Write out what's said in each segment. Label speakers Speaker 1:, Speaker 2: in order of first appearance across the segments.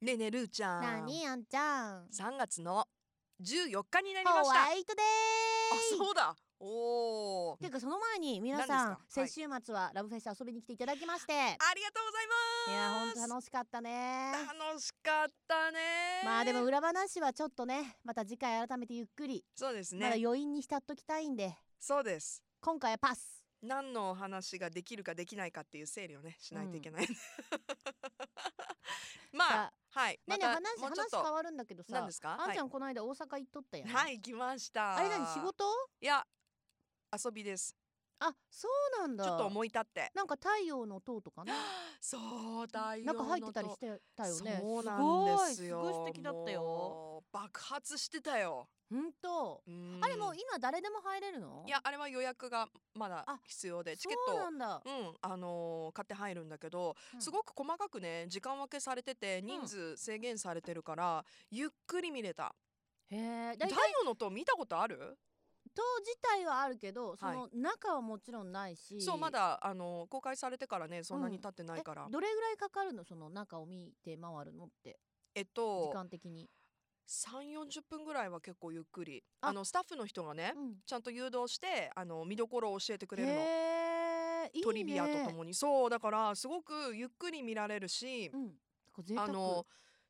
Speaker 1: ねえねえルーちゃん。
Speaker 2: なにあんちゃん。
Speaker 1: 3月の14日になり
Speaker 2: ホ
Speaker 1: ました。
Speaker 2: ワ
Speaker 1: あ
Speaker 2: イトデー。
Speaker 1: そうだ。おお
Speaker 2: て。いうかその前に皆さん、
Speaker 1: 何ですかはい
Speaker 2: 先週末はラブフェス遊びに来ていただきまして、い、
Speaker 1: ありがとうございます。
Speaker 2: や本当楽しかったね。
Speaker 1: 楽しかったね。
Speaker 2: まあでも裏話はちょっとねまた次回改めてゆっくり、
Speaker 1: そうです
Speaker 2: まだ
Speaker 1: ね。
Speaker 2: 余韻に浸っときたいんで
Speaker 1: そうです。
Speaker 2: 今回はパス
Speaker 1: 何のお話ができるかできないかっていう整理をねしないといけない。 まあ
Speaker 2: さ
Speaker 1: はい。
Speaker 2: ねえ
Speaker 1: ま
Speaker 2: ねえ
Speaker 1: た
Speaker 2: 話
Speaker 1: もうちょっ
Speaker 2: 話
Speaker 1: と
Speaker 2: 変わるんだけど
Speaker 1: 何
Speaker 2: さ
Speaker 1: ですか
Speaker 2: あんちゃんこの間大阪行っとったやん、
Speaker 1: はい行きました。
Speaker 2: あれ何仕事
Speaker 1: いや遊びです。
Speaker 2: あそうなんだ
Speaker 1: ちょっと思い立って。
Speaker 2: なんか太陽の塔とかね
Speaker 1: そうだよ。
Speaker 2: 中入ってたりしてたよね
Speaker 1: そうなんですよ。
Speaker 2: ごいすごい素敵だったよ
Speaker 1: もう。爆発してたよ。
Speaker 2: 本当
Speaker 1: うん
Speaker 2: あれもう今誰でも入れるの
Speaker 1: いやあれは予約がまだ
Speaker 2: あ
Speaker 1: 必要でチケッ
Speaker 2: そう
Speaker 1: ト
Speaker 2: なんだ
Speaker 1: うんあのー買って入るんだけど、
Speaker 2: うん
Speaker 1: すごく細かくね時間分けされてて人数制限されてるから、ゆっくり見れた
Speaker 2: へえだい
Speaker 1: 太
Speaker 2: たい
Speaker 1: 陽の塔見たことある、
Speaker 2: 塔自体はあるけどその中はもちろんないし
Speaker 1: そうまだあのー公開されてからねそんなに経ってない
Speaker 2: え
Speaker 1: から、
Speaker 2: どれぐらいかかるのその中を見て回るのって
Speaker 1: えっ
Speaker 2: 時
Speaker 1: と
Speaker 2: 間的に
Speaker 1: 3 4 0分ぐらいは結構ゆっくり
Speaker 2: あ
Speaker 1: あのスタッフの人がね、
Speaker 2: うん
Speaker 1: ちゃんと誘導してあの見どころを教えてくれるの。
Speaker 2: へえいいね
Speaker 1: トリビアとともにそうだからすごくゆっくり見られるし、
Speaker 2: うんなんか贅沢
Speaker 1: あの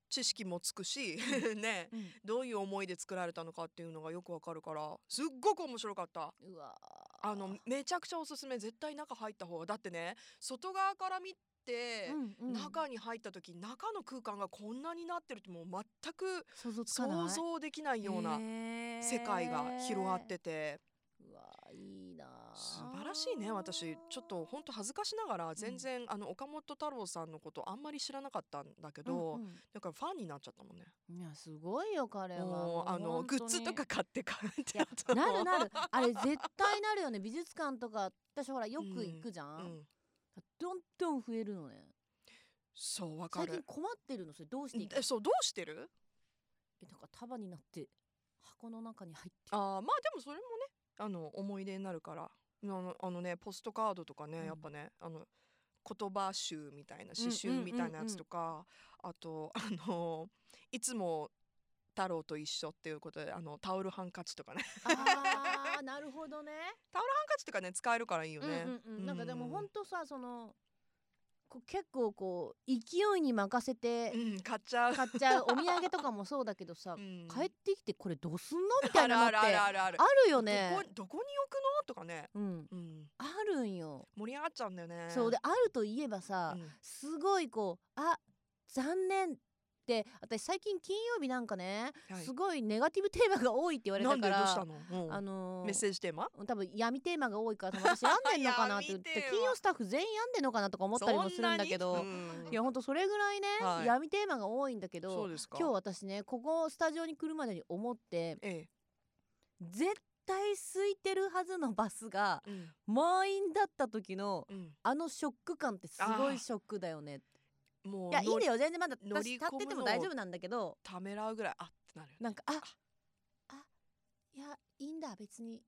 Speaker 1: 知識もつくし ね
Speaker 2: うん
Speaker 1: どういう思いで作られたのかっていうのがよくわかるからすっごく面白かった
Speaker 2: うわー
Speaker 1: あのめちゃくちゃおすすめ絶対中入った方がだってね外側から見て、
Speaker 2: うんうん
Speaker 1: 中に入った時中の空間がこんなになってるってもう全く
Speaker 2: 想像つかな
Speaker 1: 想
Speaker 2: い
Speaker 1: 像できないような世
Speaker 2: 世
Speaker 1: 界が広がってて。
Speaker 2: うわーいいなー
Speaker 1: 素晴らしいね私ちょっと本当恥ずかしながら全然、あの岡本太郎さんのことあんまり知らなかったんだけど、
Speaker 2: うん
Speaker 1: だからファンになっちゃったもんね
Speaker 2: うんいやすごいよ彼は
Speaker 1: もうあの
Speaker 2: 本
Speaker 1: グ
Speaker 2: 当に
Speaker 1: ッズとか買って買うって
Speaker 2: い や
Speaker 1: た
Speaker 2: なるなるあれ絶対なるよね美術館とか私ほらよく行くじゃ、
Speaker 1: うんん、
Speaker 2: どんどん増えるのね
Speaker 1: そうわか
Speaker 2: 最近
Speaker 1: る
Speaker 2: 困ってるのそれどうしていいか
Speaker 1: えそうどうしてる
Speaker 2: えなんか束になって箱の中に 入って
Speaker 1: あーまあでもそれもねあの思い出になるからあのあのねポストカードとかね、
Speaker 2: うん
Speaker 1: やっぱねあの言葉集みたいな詩集みたいなやつとか、あとあのいつも太郎と一緒っていうことであのタオルハンカチとかね
Speaker 2: あーなるほどね
Speaker 1: ハンカチとかね使えるからいいよね。
Speaker 2: うんうんうん、なんかでもほ
Speaker 1: うん
Speaker 2: とさそのこう結構こう勢いに任せて
Speaker 1: うん買っちゃう。
Speaker 2: 買っちゃうお土産とかもそうだけどさ、
Speaker 1: うん
Speaker 2: 帰ってきてこれどうすんのみたいなのっ
Speaker 1: あるあ
Speaker 2: て
Speaker 1: る
Speaker 2: あ
Speaker 1: あるある。
Speaker 2: るよね
Speaker 1: どこどこに置くのとかね。
Speaker 2: うん
Speaker 1: うん
Speaker 2: あるんよ、
Speaker 1: 盛り上がっちゃうんだよね。
Speaker 2: そうであるといえば
Speaker 1: う
Speaker 2: さ、
Speaker 1: ん。
Speaker 2: すごいこうあ残念って私最近金曜日なんかね、
Speaker 1: はい
Speaker 2: すごいネガティブテーマが多いって言われ
Speaker 1: な
Speaker 2: た
Speaker 1: ん
Speaker 2: か
Speaker 1: でどうした
Speaker 2: ら
Speaker 1: の？うん
Speaker 2: あのー
Speaker 1: メッセージテーマ？
Speaker 2: 多分闇テーマが多いから多分私病んでんのかなって言 っ
Speaker 1: 闇テー
Speaker 2: て
Speaker 1: マ
Speaker 2: 金曜スタッフ全員病んでんのかなとか思ったりもするんだけ
Speaker 1: そ
Speaker 2: ど
Speaker 1: んなに
Speaker 2: いやほんとそれぐらいね、
Speaker 1: はい
Speaker 2: 闇テーマが多いんだけ
Speaker 1: うんそう
Speaker 2: ど
Speaker 1: ですか。
Speaker 2: 今日私ねここスタジオに来るまでに思って
Speaker 1: え
Speaker 2: 絶対空いてるはずのバスが
Speaker 1: えうん
Speaker 2: 満員だった時の
Speaker 1: うん
Speaker 2: あのショック感ってすごいショックだよね
Speaker 1: もう
Speaker 2: いやいいんだ
Speaker 1: よ。
Speaker 2: よ全然まだ
Speaker 1: 乗
Speaker 2: 私
Speaker 1: り
Speaker 2: 立ってて
Speaker 1: 込む
Speaker 2: も
Speaker 1: の
Speaker 2: 大丈夫なんだけど
Speaker 1: ためらうぐらいあってなるよね。
Speaker 2: なんかああいやいいんだ別に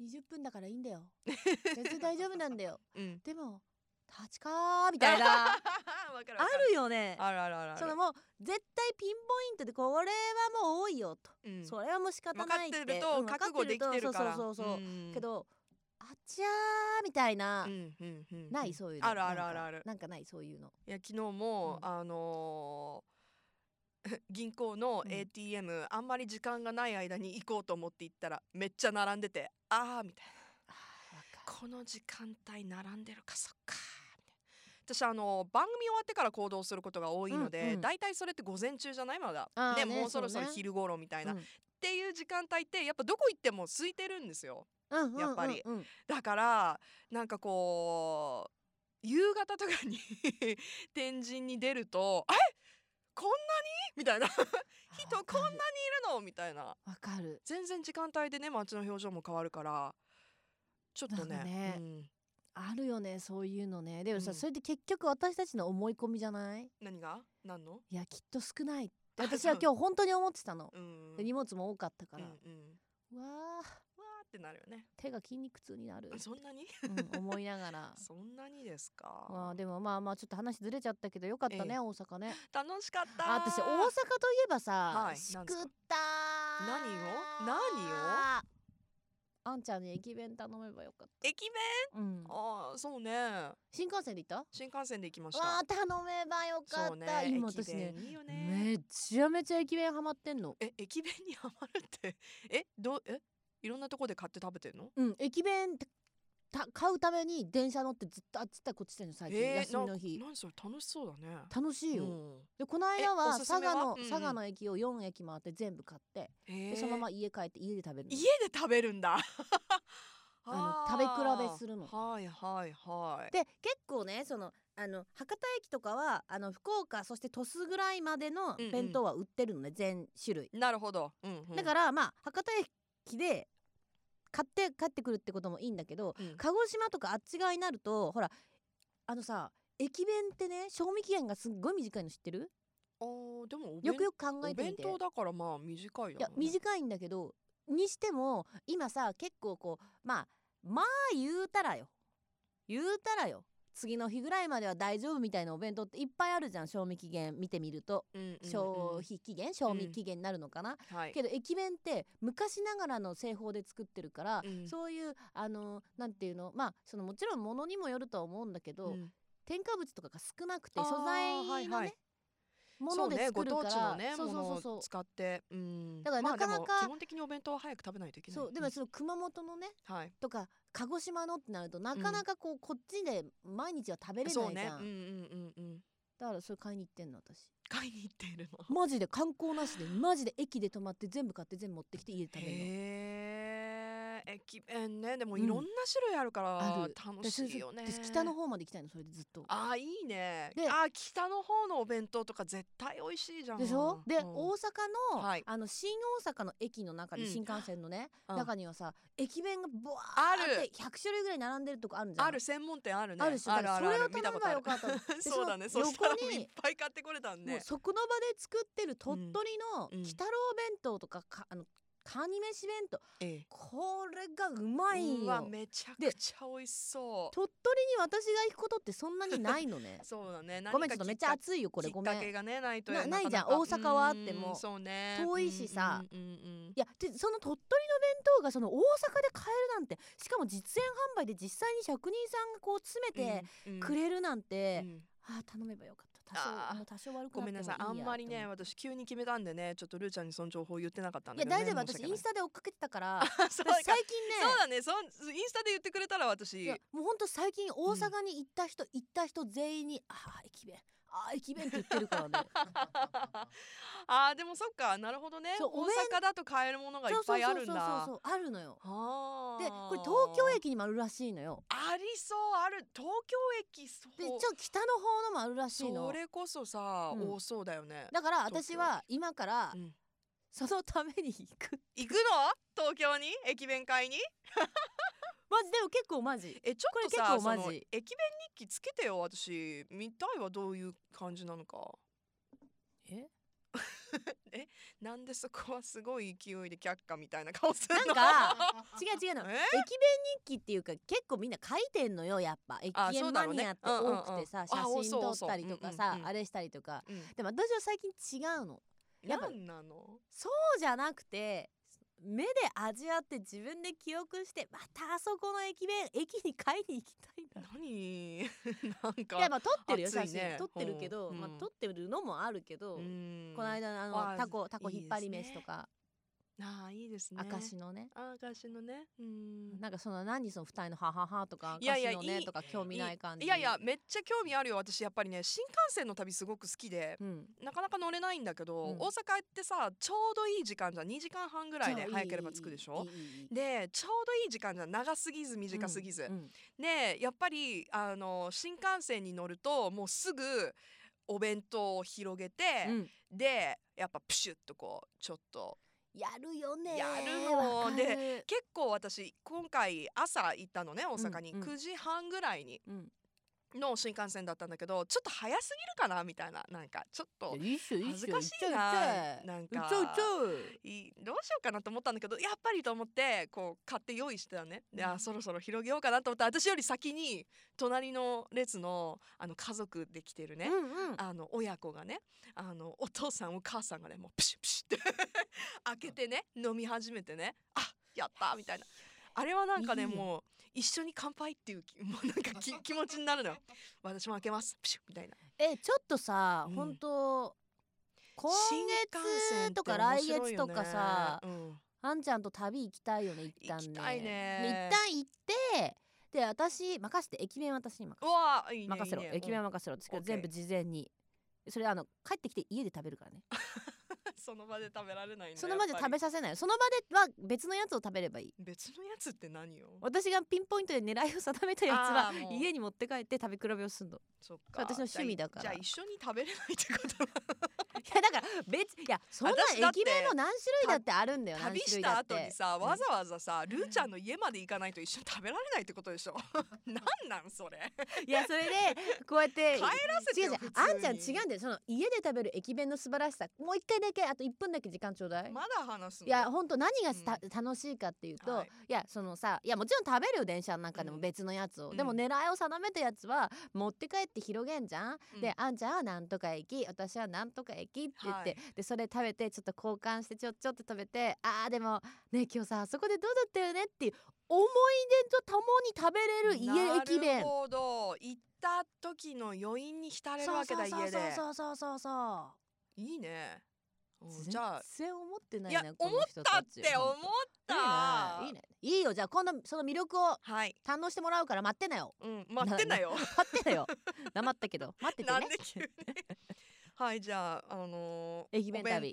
Speaker 2: 20分だからいい んだよ全然大丈夫なんだよ
Speaker 1: うん。
Speaker 2: でも立ちかーみたい なあ
Speaker 1: わかるわかる。
Speaker 2: るよね
Speaker 1: あるあるあるある。
Speaker 2: そのもう絶対ピンポイントでこれはもう多いよと、
Speaker 1: うん
Speaker 2: それはもう仕方
Speaker 1: 分か
Speaker 2: ない
Speaker 1: っ
Speaker 2: って
Speaker 1: てると
Speaker 2: うん
Speaker 1: 覚悟できてるから。
Speaker 2: そうそうそうそう、
Speaker 1: ん
Speaker 2: け。どあちゃーみたいな、
Speaker 1: うんうんうん。
Speaker 2: ないそういうの
Speaker 1: あるあるあるあ
Speaker 2: なん
Speaker 1: る
Speaker 2: か。なんかないそういうの
Speaker 1: いや昨日も、
Speaker 2: うん
Speaker 1: あのー 銀行の
Speaker 2: うん
Speaker 1: ATM、あんまり時間がない間に行こうと思って行ったらめっちゃ並んでてああみたい
Speaker 2: あーわか
Speaker 1: なこの時間帯並んでるかそっかみたいな私あのー番組終わってから行動することが多いの
Speaker 2: うん
Speaker 1: で、
Speaker 2: うん
Speaker 1: だいたいそれって午前中じゃないまだ
Speaker 2: あー
Speaker 1: ね
Speaker 2: ね
Speaker 1: もうそろそろ
Speaker 2: そうね
Speaker 1: 昼頃みたいな、
Speaker 2: う
Speaker 1: っ
Speaker 2: ん
Speaker 1: ていう時間帯ってやっぱどこ行っても空いてるんですよ
Speaker 2: うんうんうんうん
Speaker 1: やっぱりだからなんかこう夕方とかに 天神に出ると「えこんなに?」みたいな「人こんなにいるの?」みたいな
Speaker 2: わかる
Speaker 1: 全然時間帯でね街の表情も変わるからちょっと
Speaker 2: な
Speaker 1: ね
Speaker 2: んかね
Speaker 1: うん、
Speaker 2: あるよねそういうのねでもさ、
Speaker 1: うん
Speaker 2: それって結局私たちの思い込みじゃない
Speaker 1: 何が何の
Speaker 2: いやきっと少 ないって
Speaker 1: あ
Speaker 2: 私は
Speaker 1: そう
Speaker 2: 今日本当に思ってたの、
Speaker 1: うん
Speaker 2: で荷物も多かったから、
Speaker 1: うんうん
Speaker 2: うわ
Speaker 1: わーってってなるよね
Speaker 2: 手が筋肉痛になる、
Speaker 1: そんなに
Speaker 2: うん思いなが ら
Speaker 1: そんなにです
Speaker 2: ま
Speaker 1: か
Speaker 2: あでもまあまあちょっと話ずれちゃったけどよかったね、
Speaker 1: ええ
Speaker 2: 大阪ね
Speaker 1: 楽しかった
Speaker 2: あ私大阪といえばさ、
Speaker 1: はい
Speaker 2: しく
Speaker 1: な
Speaker 2: っ
Speaker 1: ん
Speaker 2: た
Speaker 1: ですか
Speaker 2: ー
Speaker 1: 何を何
Speaker 2: あんちゃんに駅弁頼めばよかっ
Speaker 1: 駅弁
Speaker 2: た、うん、
Speaker 1: ああそうね
Speaker 2: 新幹線で行った
Speaker 1: 新幹線で行きまし
Speaker 2: わ
Speaker 1: た
Speaker 2: あ頼めばよか
Speaker 1: そう
Speaker 2: っ
Speaker 1: ね
Speaker 2: た、今
Speaker 1: 駅
Speaker 2: 私ね
Speaker 1: 弁いいよね
Speaker 2: めっちゃめちゃ駅弁ハマってんの
Speaker 1: え駅弁にハマるってえどうえいろんなとこで買って食べてんの
Speaker 2: うん駅弁ってた買うために電車乗ってずっとあっち行ったりこっち行ったの最近、
Speaker 1: えー
Speaker 2: 休みの日
Speaker 1: なんかそれ楽しそうだね
Speaker 2: 楽しいよ、
Speaker 1: うん
Speaker 2: でこの間は
Speaker 1: えおすす
Speaker 2: 佐
Speaker 1: めは
Speaker 2: 賀の、
Speaker 1: うんうん
Speaker 2: 佐賀の駅を4駅回って全部買って、
Speaker 1: えー
Speaker 2: でそのまま家帰って家で食べるの
Speaker 1: 家で食べるんだ
Speaker 2: あの
Speaker 1: ー
Speaker 2: 食べ比べするの
Speaker 1: はいはいはい
Speaker 2: で結構ねそのあの博多駅とかはあの福岡そして鳥栖ぐらいまでの
Speaker 1: うんうん
Speaker 2: 弁当は売ってるのね、全種類、
Speaker 1: なるほど、うんうん、、
Speaker 2: だかららまあ博多駅で買って帰ってくるってこともいいんだけど
Speaker 1: うん
Speaker 2: 鹿児島とかあっち側になるとほらあのさ駅弁ってね賞味期限がすっごい短いの知ってる
Speaker 1: あーでもお弁
Speaker 2: よくよく考え
Speaker 1: お
Speaker 2: てみ
Speaker 1: 弁
Speaker 2: て
Speaker 1: 当だからまあ短いよ
Speaker 2: いや短いんだけどにしても今さ結構こうまあまあ言うたらよ言うたらよ次の日ぐらいまでは大丈夫みたいなお弁当っていっぱいあるじゃん賞味期限見てみると
Speaker 1: うんうんうん
Speaker 2: 消費期限賞味期限になるのかな、
Speaker 1: はい
Speaker 2: けど駅弁って昔ながらの製法で作ってるから、
Speaker 1: うん
Speaker 2: そういうあのなんていうのまあそのもちろんものにもよるとは思うんだけど、
Speaker 1: うん
Speaker 2: 添加物とかが少なくて
Speaker 1: あー
Speaker 2: 素材のね、
Speaker 1: はいはい
Speaker 2: もので作るから
Speaker 1: そうねご当地のね
Speaker 2: そうそうそう
Speaker 1: もの
Speaker 2: そ
Speaker 1: を
Speaker 2: う
Speaker 1: 使ってうん
Speaker 2: だからなかなか
Speaker 1: まあ、でも基本的にお弁当は早く食べないといけない
Speaker 2: そうでもその熊本のね
Speaker 1: うんはい
Speaker 2: とか鹿児島のってなるとなかなかこうこっちで毎日は食べれないじゃ、
Speaker 1: そうんねうんうんうんうん
Speaker 2: だからそれ買いに行ってんの私
Speaker 1: 買いに行っているの
Speaker 2: マジで観光なしでマジで駅で泊まって全部買って全部持ってきて家で食べるの
Speaker 1: へえ駅弁ねでも
Speaker 2: うん
Speaker 1: いろんな種類あるから
Speaker 2: ある
Speaker 1: 楽しいよね、
Speaker 2: 私北の方まで行きたいのそれでずっと
Speaker 1: あーいいね
Speaker 2: で
Speaker 1: あー北の方のお弁当とか絶対美味しいじゃん
Speaker 2: でしょで、
Speaker 1: うん
Speaker 2: 大阪の、
Speaker 1: はい
Speaker 2: あの新大阪の駅の中に
Speaker 1: うん
Speaker 2: 新幹線のね、
Speaker 1: うん
Speaker 2: 中にはさ駅弁がボワ
Speaker 1: あ
Speaker 2: ーっ
Speaker 1: る
Speaker 2: て100種類ぐらい並んでるとこあるじゃん
Speaker 1: ある専門店あるね
Speaker 2: あるでしょ
Speaker 1: あるあるある
Speaker 2: だからそれを頼めばよかった
Speaker 1: 見た ことあるそうだね
Speaker 2: そ
Speaker 1: そ
Speaker 2: の
Speaker 1: したらも
Speaker 2: 横
Speaker 1: う
Speaker 2: に
Speaker 1: いっぱい買ってこれたん
Speaker 2: もう
Speaker 1: ね
Speaker 2: そこの場で作ってる鳥取の
Speaker 1: うんうん
Speaker 2: 北郎弁当とかかあのカニ飯弁当
Speaker 1: ええ
Speaker 2: これがうまいん
Speaker 1: うわ
Speaker 2: よ
Speaker 1: めちゃくちゃ美味しそう
Speaker 2: 鳥取に私が行くことってそんなにないのね
Speaker 1: そうだね
Speaker 2: ごめんちょっとめっち
Speaker 1: い
Speaker 2: ゃ熱いよこれごめ
Speaker 1: きっかけ
Speaker 2: ん
Speaker 1: がねないと
Speaker 2: なないじゃん
Speaker 1: かか
Speaker 2: 大阪はあっても
Speaker 1: うんそうね
Speaker 2: 遠いしさ
Speaker 1: うんうんうん
Speaker 2: いやでその鳥取の弁当がその大阪で買えるなんてしかも実演販売で実際に職人さんがこう詰め
Speaker 1: うん
Speaker 2: て
Speaker 1: うんうん
Speaker 2: くれるなんて、
Speaker 1: うん
Speaker 2: あー頼めばよかった多
Speaker 1: あ
Speaker 2: 少
Speaker 1: ー
Speaker 2: もう多少悪く
Speaker 1: ご
Speaker 2: なっても
Speaker 1: め
Speaker 2: い
Speaker 1: ん
Speaker 2: いや
Speaker 1: なさいあんまりね
Speaker 2: って思
Speaker 1: 私急に決めたんでねちょっとルーちゃんにその情報言ってなかったん
Speaker 2: う
Speaker 1: だけど、
Speaker 2: いや
Speaker 1: ね、
Speaker 2: 大丈夫
Speaker 1: 申し
Speaker 2: 私イ
Speaker 1: 訳ない
Speaker 2: ンスタで追っかけてたか ら
Speaker 1: あそう
Speaker 2: 私
Speaker 1: か
Speaker 2: 最近ね
Speaker 1: そうだねそんインスタで言ってくれたら私
Speaker 2: いやもうほんと最近大阪に行った人、行った人全員に「ああ駅弁ああ駅弁」って言ってるから ね
Speaker 1: あーでもそっかなるほどね
Speaker 2: そうお弁
Speaker 1: 大阪だと買えるものがいっぱいあるんだ
Speaker 2: そうそうそうそうあるのよ
Speaker 1: あー
Speaker 2: でこれ東京駅にもあるらしいのよ
Speaker 1: ありそうある東京駅そう
Speaker 2: でちょっと北の方のもあるらし
Speaker 1: そ
Speaker 2: いの
Speaker 1: れこそさ、
Speaker 2: うん
Speaker 1: 多そうだよね
Speaker 2: だから
Speaker 1: 東京
Speaker 2: 私は今から
Speaker 1: うん
Speaker 2: そのために行く
Speaker 1: 行くの東京に駅弁会に
Speaker 2: マジでも結構マジ
Speaker 1: えちょっと
Speaker 2: こ
Speaker 1: さ
Speaker 2: れ結構マジ
Speaker 1: その駅弁日記つけてよ私見たいはどういう感じなのか
Speaker 2: え
Speaker 1: なんでそこはすごい勢いで却下みたいな顔する
Speaker 2: な
Speaker 1: の
Speaker 2: んか違う違うの
Speaker 1: え
Speaker 2: 駅弁日記っていうか結構みんな書いてんのよやっぱ駅
Speaker 1: あ
Speaker 2: 弁
Speaker 1: そう
Speaker 2: マ
Speaker 1: だろう
Speaker 2: ニ
Speaker 1: ね
Speaker 2: アって多くてさ、
Speaker 1: うんうんうんあ
Speaker 2: 写真撮ったり
Speaker 1: そうそうそ
Speaker 2: と
Speaker 1: う
Speaker 2: か
Speaker 1: う
Speaker 2: さ、
Speaker 1: んうんうん
Speaker 2: あれしたりとか
Speaker 1: うん
Speaker 2: でも私は最近違うのやっぱ
Speaker 1: なんなの
Speaker 2: そうじゃなくて目で味わって自分で記憶してまたあそこの駅弁駅に買いに行きた いんだ
Speaker 1: 何なん
Speaker 2: いや
Speaker 1: か
Speaker 2: まあ撮ってるよ
Speaker 1: 熱い
Speaker 2: 写
Speaker 1: ね
Speaker 2: 真、撮ってるけど、
Speaker 1: うん
Speaker 2: まあ
Speaker 1: うん
Speaker 2: 撮ってるのもあるけど、
Speaker 1: うん
Speaker 2: この間のあ
Speaker 1: あー
Speaker 2: のタコタコ
Speaker 1: いい
Speaker 2: 引っ張り
Speaker 1: です
Speaker 2: 飯
Speaker 1: ね
Speaker 2: とか
Speaker 1: ああいいですね
Speaker 2: 明石のね
Speaker 1: あ明石のねうん
Speaker 2: なんかその何その二人のハハハとか
Speaker 1: いやい
Speaker 2: 明
Speaker 1: や
Speaker 2: 石のね
Speaker 1: いい
Speaker 2: とか興味ない感じ
Speaker 1: いやいやめっちゃ興味あるよ私やっぱりね新幹線の旅すごく好きで
Speaker 2: うん
Speaker 1: なかなか乗れないんだけど、
Speaker 2: うん
Speaker 1: 大阪ってさちょうどいい時間じゃん2時間半ぐらいで
Speaker 2: じゃあ
Speaker 1: 早ければ着くでしょ
Speaker 2: いいいいいいいい
Speaker 1: でちょうどいい時間じゃん長すぎず短すぎず、
Speaker 2: うん
Speaker 1: でやっぱりあの新幹線に乗るともうすぐお弁当を広げて、
Speaker 2: うん
Speaker 1: でやっぱプシュッとこうちょっと
Speaker 2: やるよね
Speaker 1: やるの
Speaker 2: わかる
Speaker 1: 結構私今回朝行ったのね大阪に、
Speaker 2: うんうん
Speaker 1: 9時半ぐらいに
Speaker 2: うん
Speaker 1: の新幹線だったんだけどちょっと早すぎるかなみたいななんかちょっと
Speaker 2: いいっしょいいっ
Speaker 1: 恥
Speaker 2: し
Speaker 1: ず
Speaker 2: ょ
Speaker 1: か
Speaker 2: い
Speaker 1: し
Speaker 2: っち
Speaker 1: い
Speaker 2: ゃ
Speaker 1: な
Speaker 2: う
Speaker 1: なん
Speaker 2: いっ
Speaker 1: か
Speaker 2: ちゃういっちゃう
Speaker 1: いどうしようかなと思ったんだけどやっぱりと思ってこう買って用意してたのねであそろそろ広げようかなと思った私より先に隣の列のあの家族で来てるね、
Speaker 2: うんう ん
Speaker 1: あの親子がねあのお父さんお母さんがねもうプシュプシュって 開けてね飲み始めてねあやったみたいなあれはなんかね
Speaker 2: いいね
Speaker 1: もう一緒に乾杯っていうき もうなんか き気持ちになるのよ私も開けますプシュみたいな
Speaker 2: えちょっとさ、
Speaker 1: うん
Speaker 2: 本当今
Speaker 1: 新幹線っ
Speaker 2: 月
Speaker 1: て
Speaker 2: とか
Speaker 1: 面
Speaker 2: 来
Speaker 1: 白い
Speaker 2: 月
Speaker 1: よ
Speaker 2: と
Speaker 1: ね
Speaker 2: かさ、
Speaker 1: うん
Speaker 2: あんちゃんと旅行きたいよね一旦ね
Speaker 1: 行きたいね
Speaker 2: で一旦行ってで私任せて駅弁私に任せ
Speaker 1: う
Speaker 2: て
Speaker 1: わあいいね
Speaker 2: 任せろ
Speaker 1: いいね
Speaker 2: 駅弁任せろ私から
Speaker 1: OK
Speaker 2: 全部事前にそれあの帰ってきて家で食べるからね
Speaker 1: うん その場で食べられないんだ
Speaker 2: その場で
Speaker 1: やっ
Speaker 2: 食
Speaker 1: ぱ
Speaker 2: べ
Speaker 1: り
Speaker 2: させないよその場では別のやつを食べればいい
Speaker 1: 別のやつって何よ
Speaker 2: 私がピンポイントで狙いを定めたやつ
Speaker 1: あ
Speaker 2: は
Speaker 1: ーもう
Speaker 2: 家に持って帰って食べ比べを すんの
Speaker 1: そっ
Speaker 2: そ
Speaker 1: か
Speaker 2: う私の趣味だから
Speaker 1: じゃあじゃあ一緒に食べれないってこと
Speaker 2: いやだから別いやそんな
Speaker 1: 私だって
Speaker 2: 駅弁も何種類だってあるんだよ
Speaker 1: 旅
Speaker 2: 何種
Speaker 1: し
Speaker 2: 類だ
Speaker 1: た
Speaker 2: って
Speaker 1: 後にさ
Speaker 2: ん
Speaker 1: わざわざさ、ルーちゃんの家まで行かないと一緒に食べられないってことでしょ なんなんそれ
Speaker 2: いやそれでこうやっ て
Speaker 1: 帰らせて
Speaker 2: 違う
Speaker 1: よ
Speaker 2: 違う
Speaker 1: 普通に
Speaker 2: あんちゃん違うんだよその家で食べる駅弁の素晴らしさもう一回だけあと1分だけ時間ちょうだい、
Speaker 1: まだ話すの
Speaker 2: いや本当何がした、楽しいかっていうと、
Speaker 1: はい
Speaker 2: い、やそのさいやもちろん食べるよ電車の中で
Speaker 1: う
Speaker 2: も
Speaker 1: ん
Speaker 2: 別のやつを、
Speaker 1: うん
Speaker 2: でも狙いを定めたやつは持って帰って広げんじゃん、
Speaker 1: うん
Speaker 2: であんちゃんはなんとか駅私はなんとか駅って言って、
Speaker 1: はい
Speaker 2: でそれ食べてちょっと交換してちょっちょっと食べてあーでもね今日さあそこでどうだったよねっていう思い出とともに食べれる家駅
Speaker 1: な
Speaker 2: 弁
Speaker 1: るほど行った時の余韻に浸れるわけだ家で
Speaker 2: そうそうそうそうそう
Speaker 1: いいねお
Speaker 2: そう
Speaker 1: じゃあ
Speaker 2: 全然思ってない
Speaker 1: い
Speaker 2: な
Speaker 1: や
Speaker 2: こ
Speaker 1: 思
Speaker 2: の
Speaker 1: っ
Speaker 2: 人
Speaker 1: た
Speaker 2: た
Speaker 1: っ
Speaker 2: ち
Speaker 1: て思っ
Speaker 2: 本
Speaker 1: た
Speaker 2: 当いいねいいねいいよじゃあ今度その魅力を
Speaker 1: はい
Speaker 2: 堪能してもらうから待ってなよ
Speaker 1: うん待ってなよ
Speaker 2: 待ってなよ黙ったけど待って て
Speaker 1: な
Speaker 2: ね
Speaker 1: んで急にはいじゃああのー
Speaker 2: 駅弁旅
Speaker 1: お弁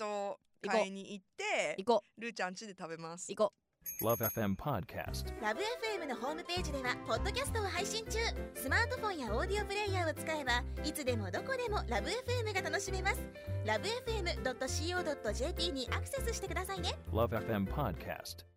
Speaker 1: 当買いに行って
Speaker 2: 行こ
Speaker 1: ルーちゃん家で食べます
Speaker 2: う行こう
Speaker 3: Love FM Podcast.
Speaker 4: ラブ f m のホームページではポッドキャストを配信中スマートフォンやオーディオプレイヤーを使えばいつでもどこでもラブ f m が楽しめますラブ FM.co.jp にアクセスしてくださいね
Speaker 3: Love FM Podcast.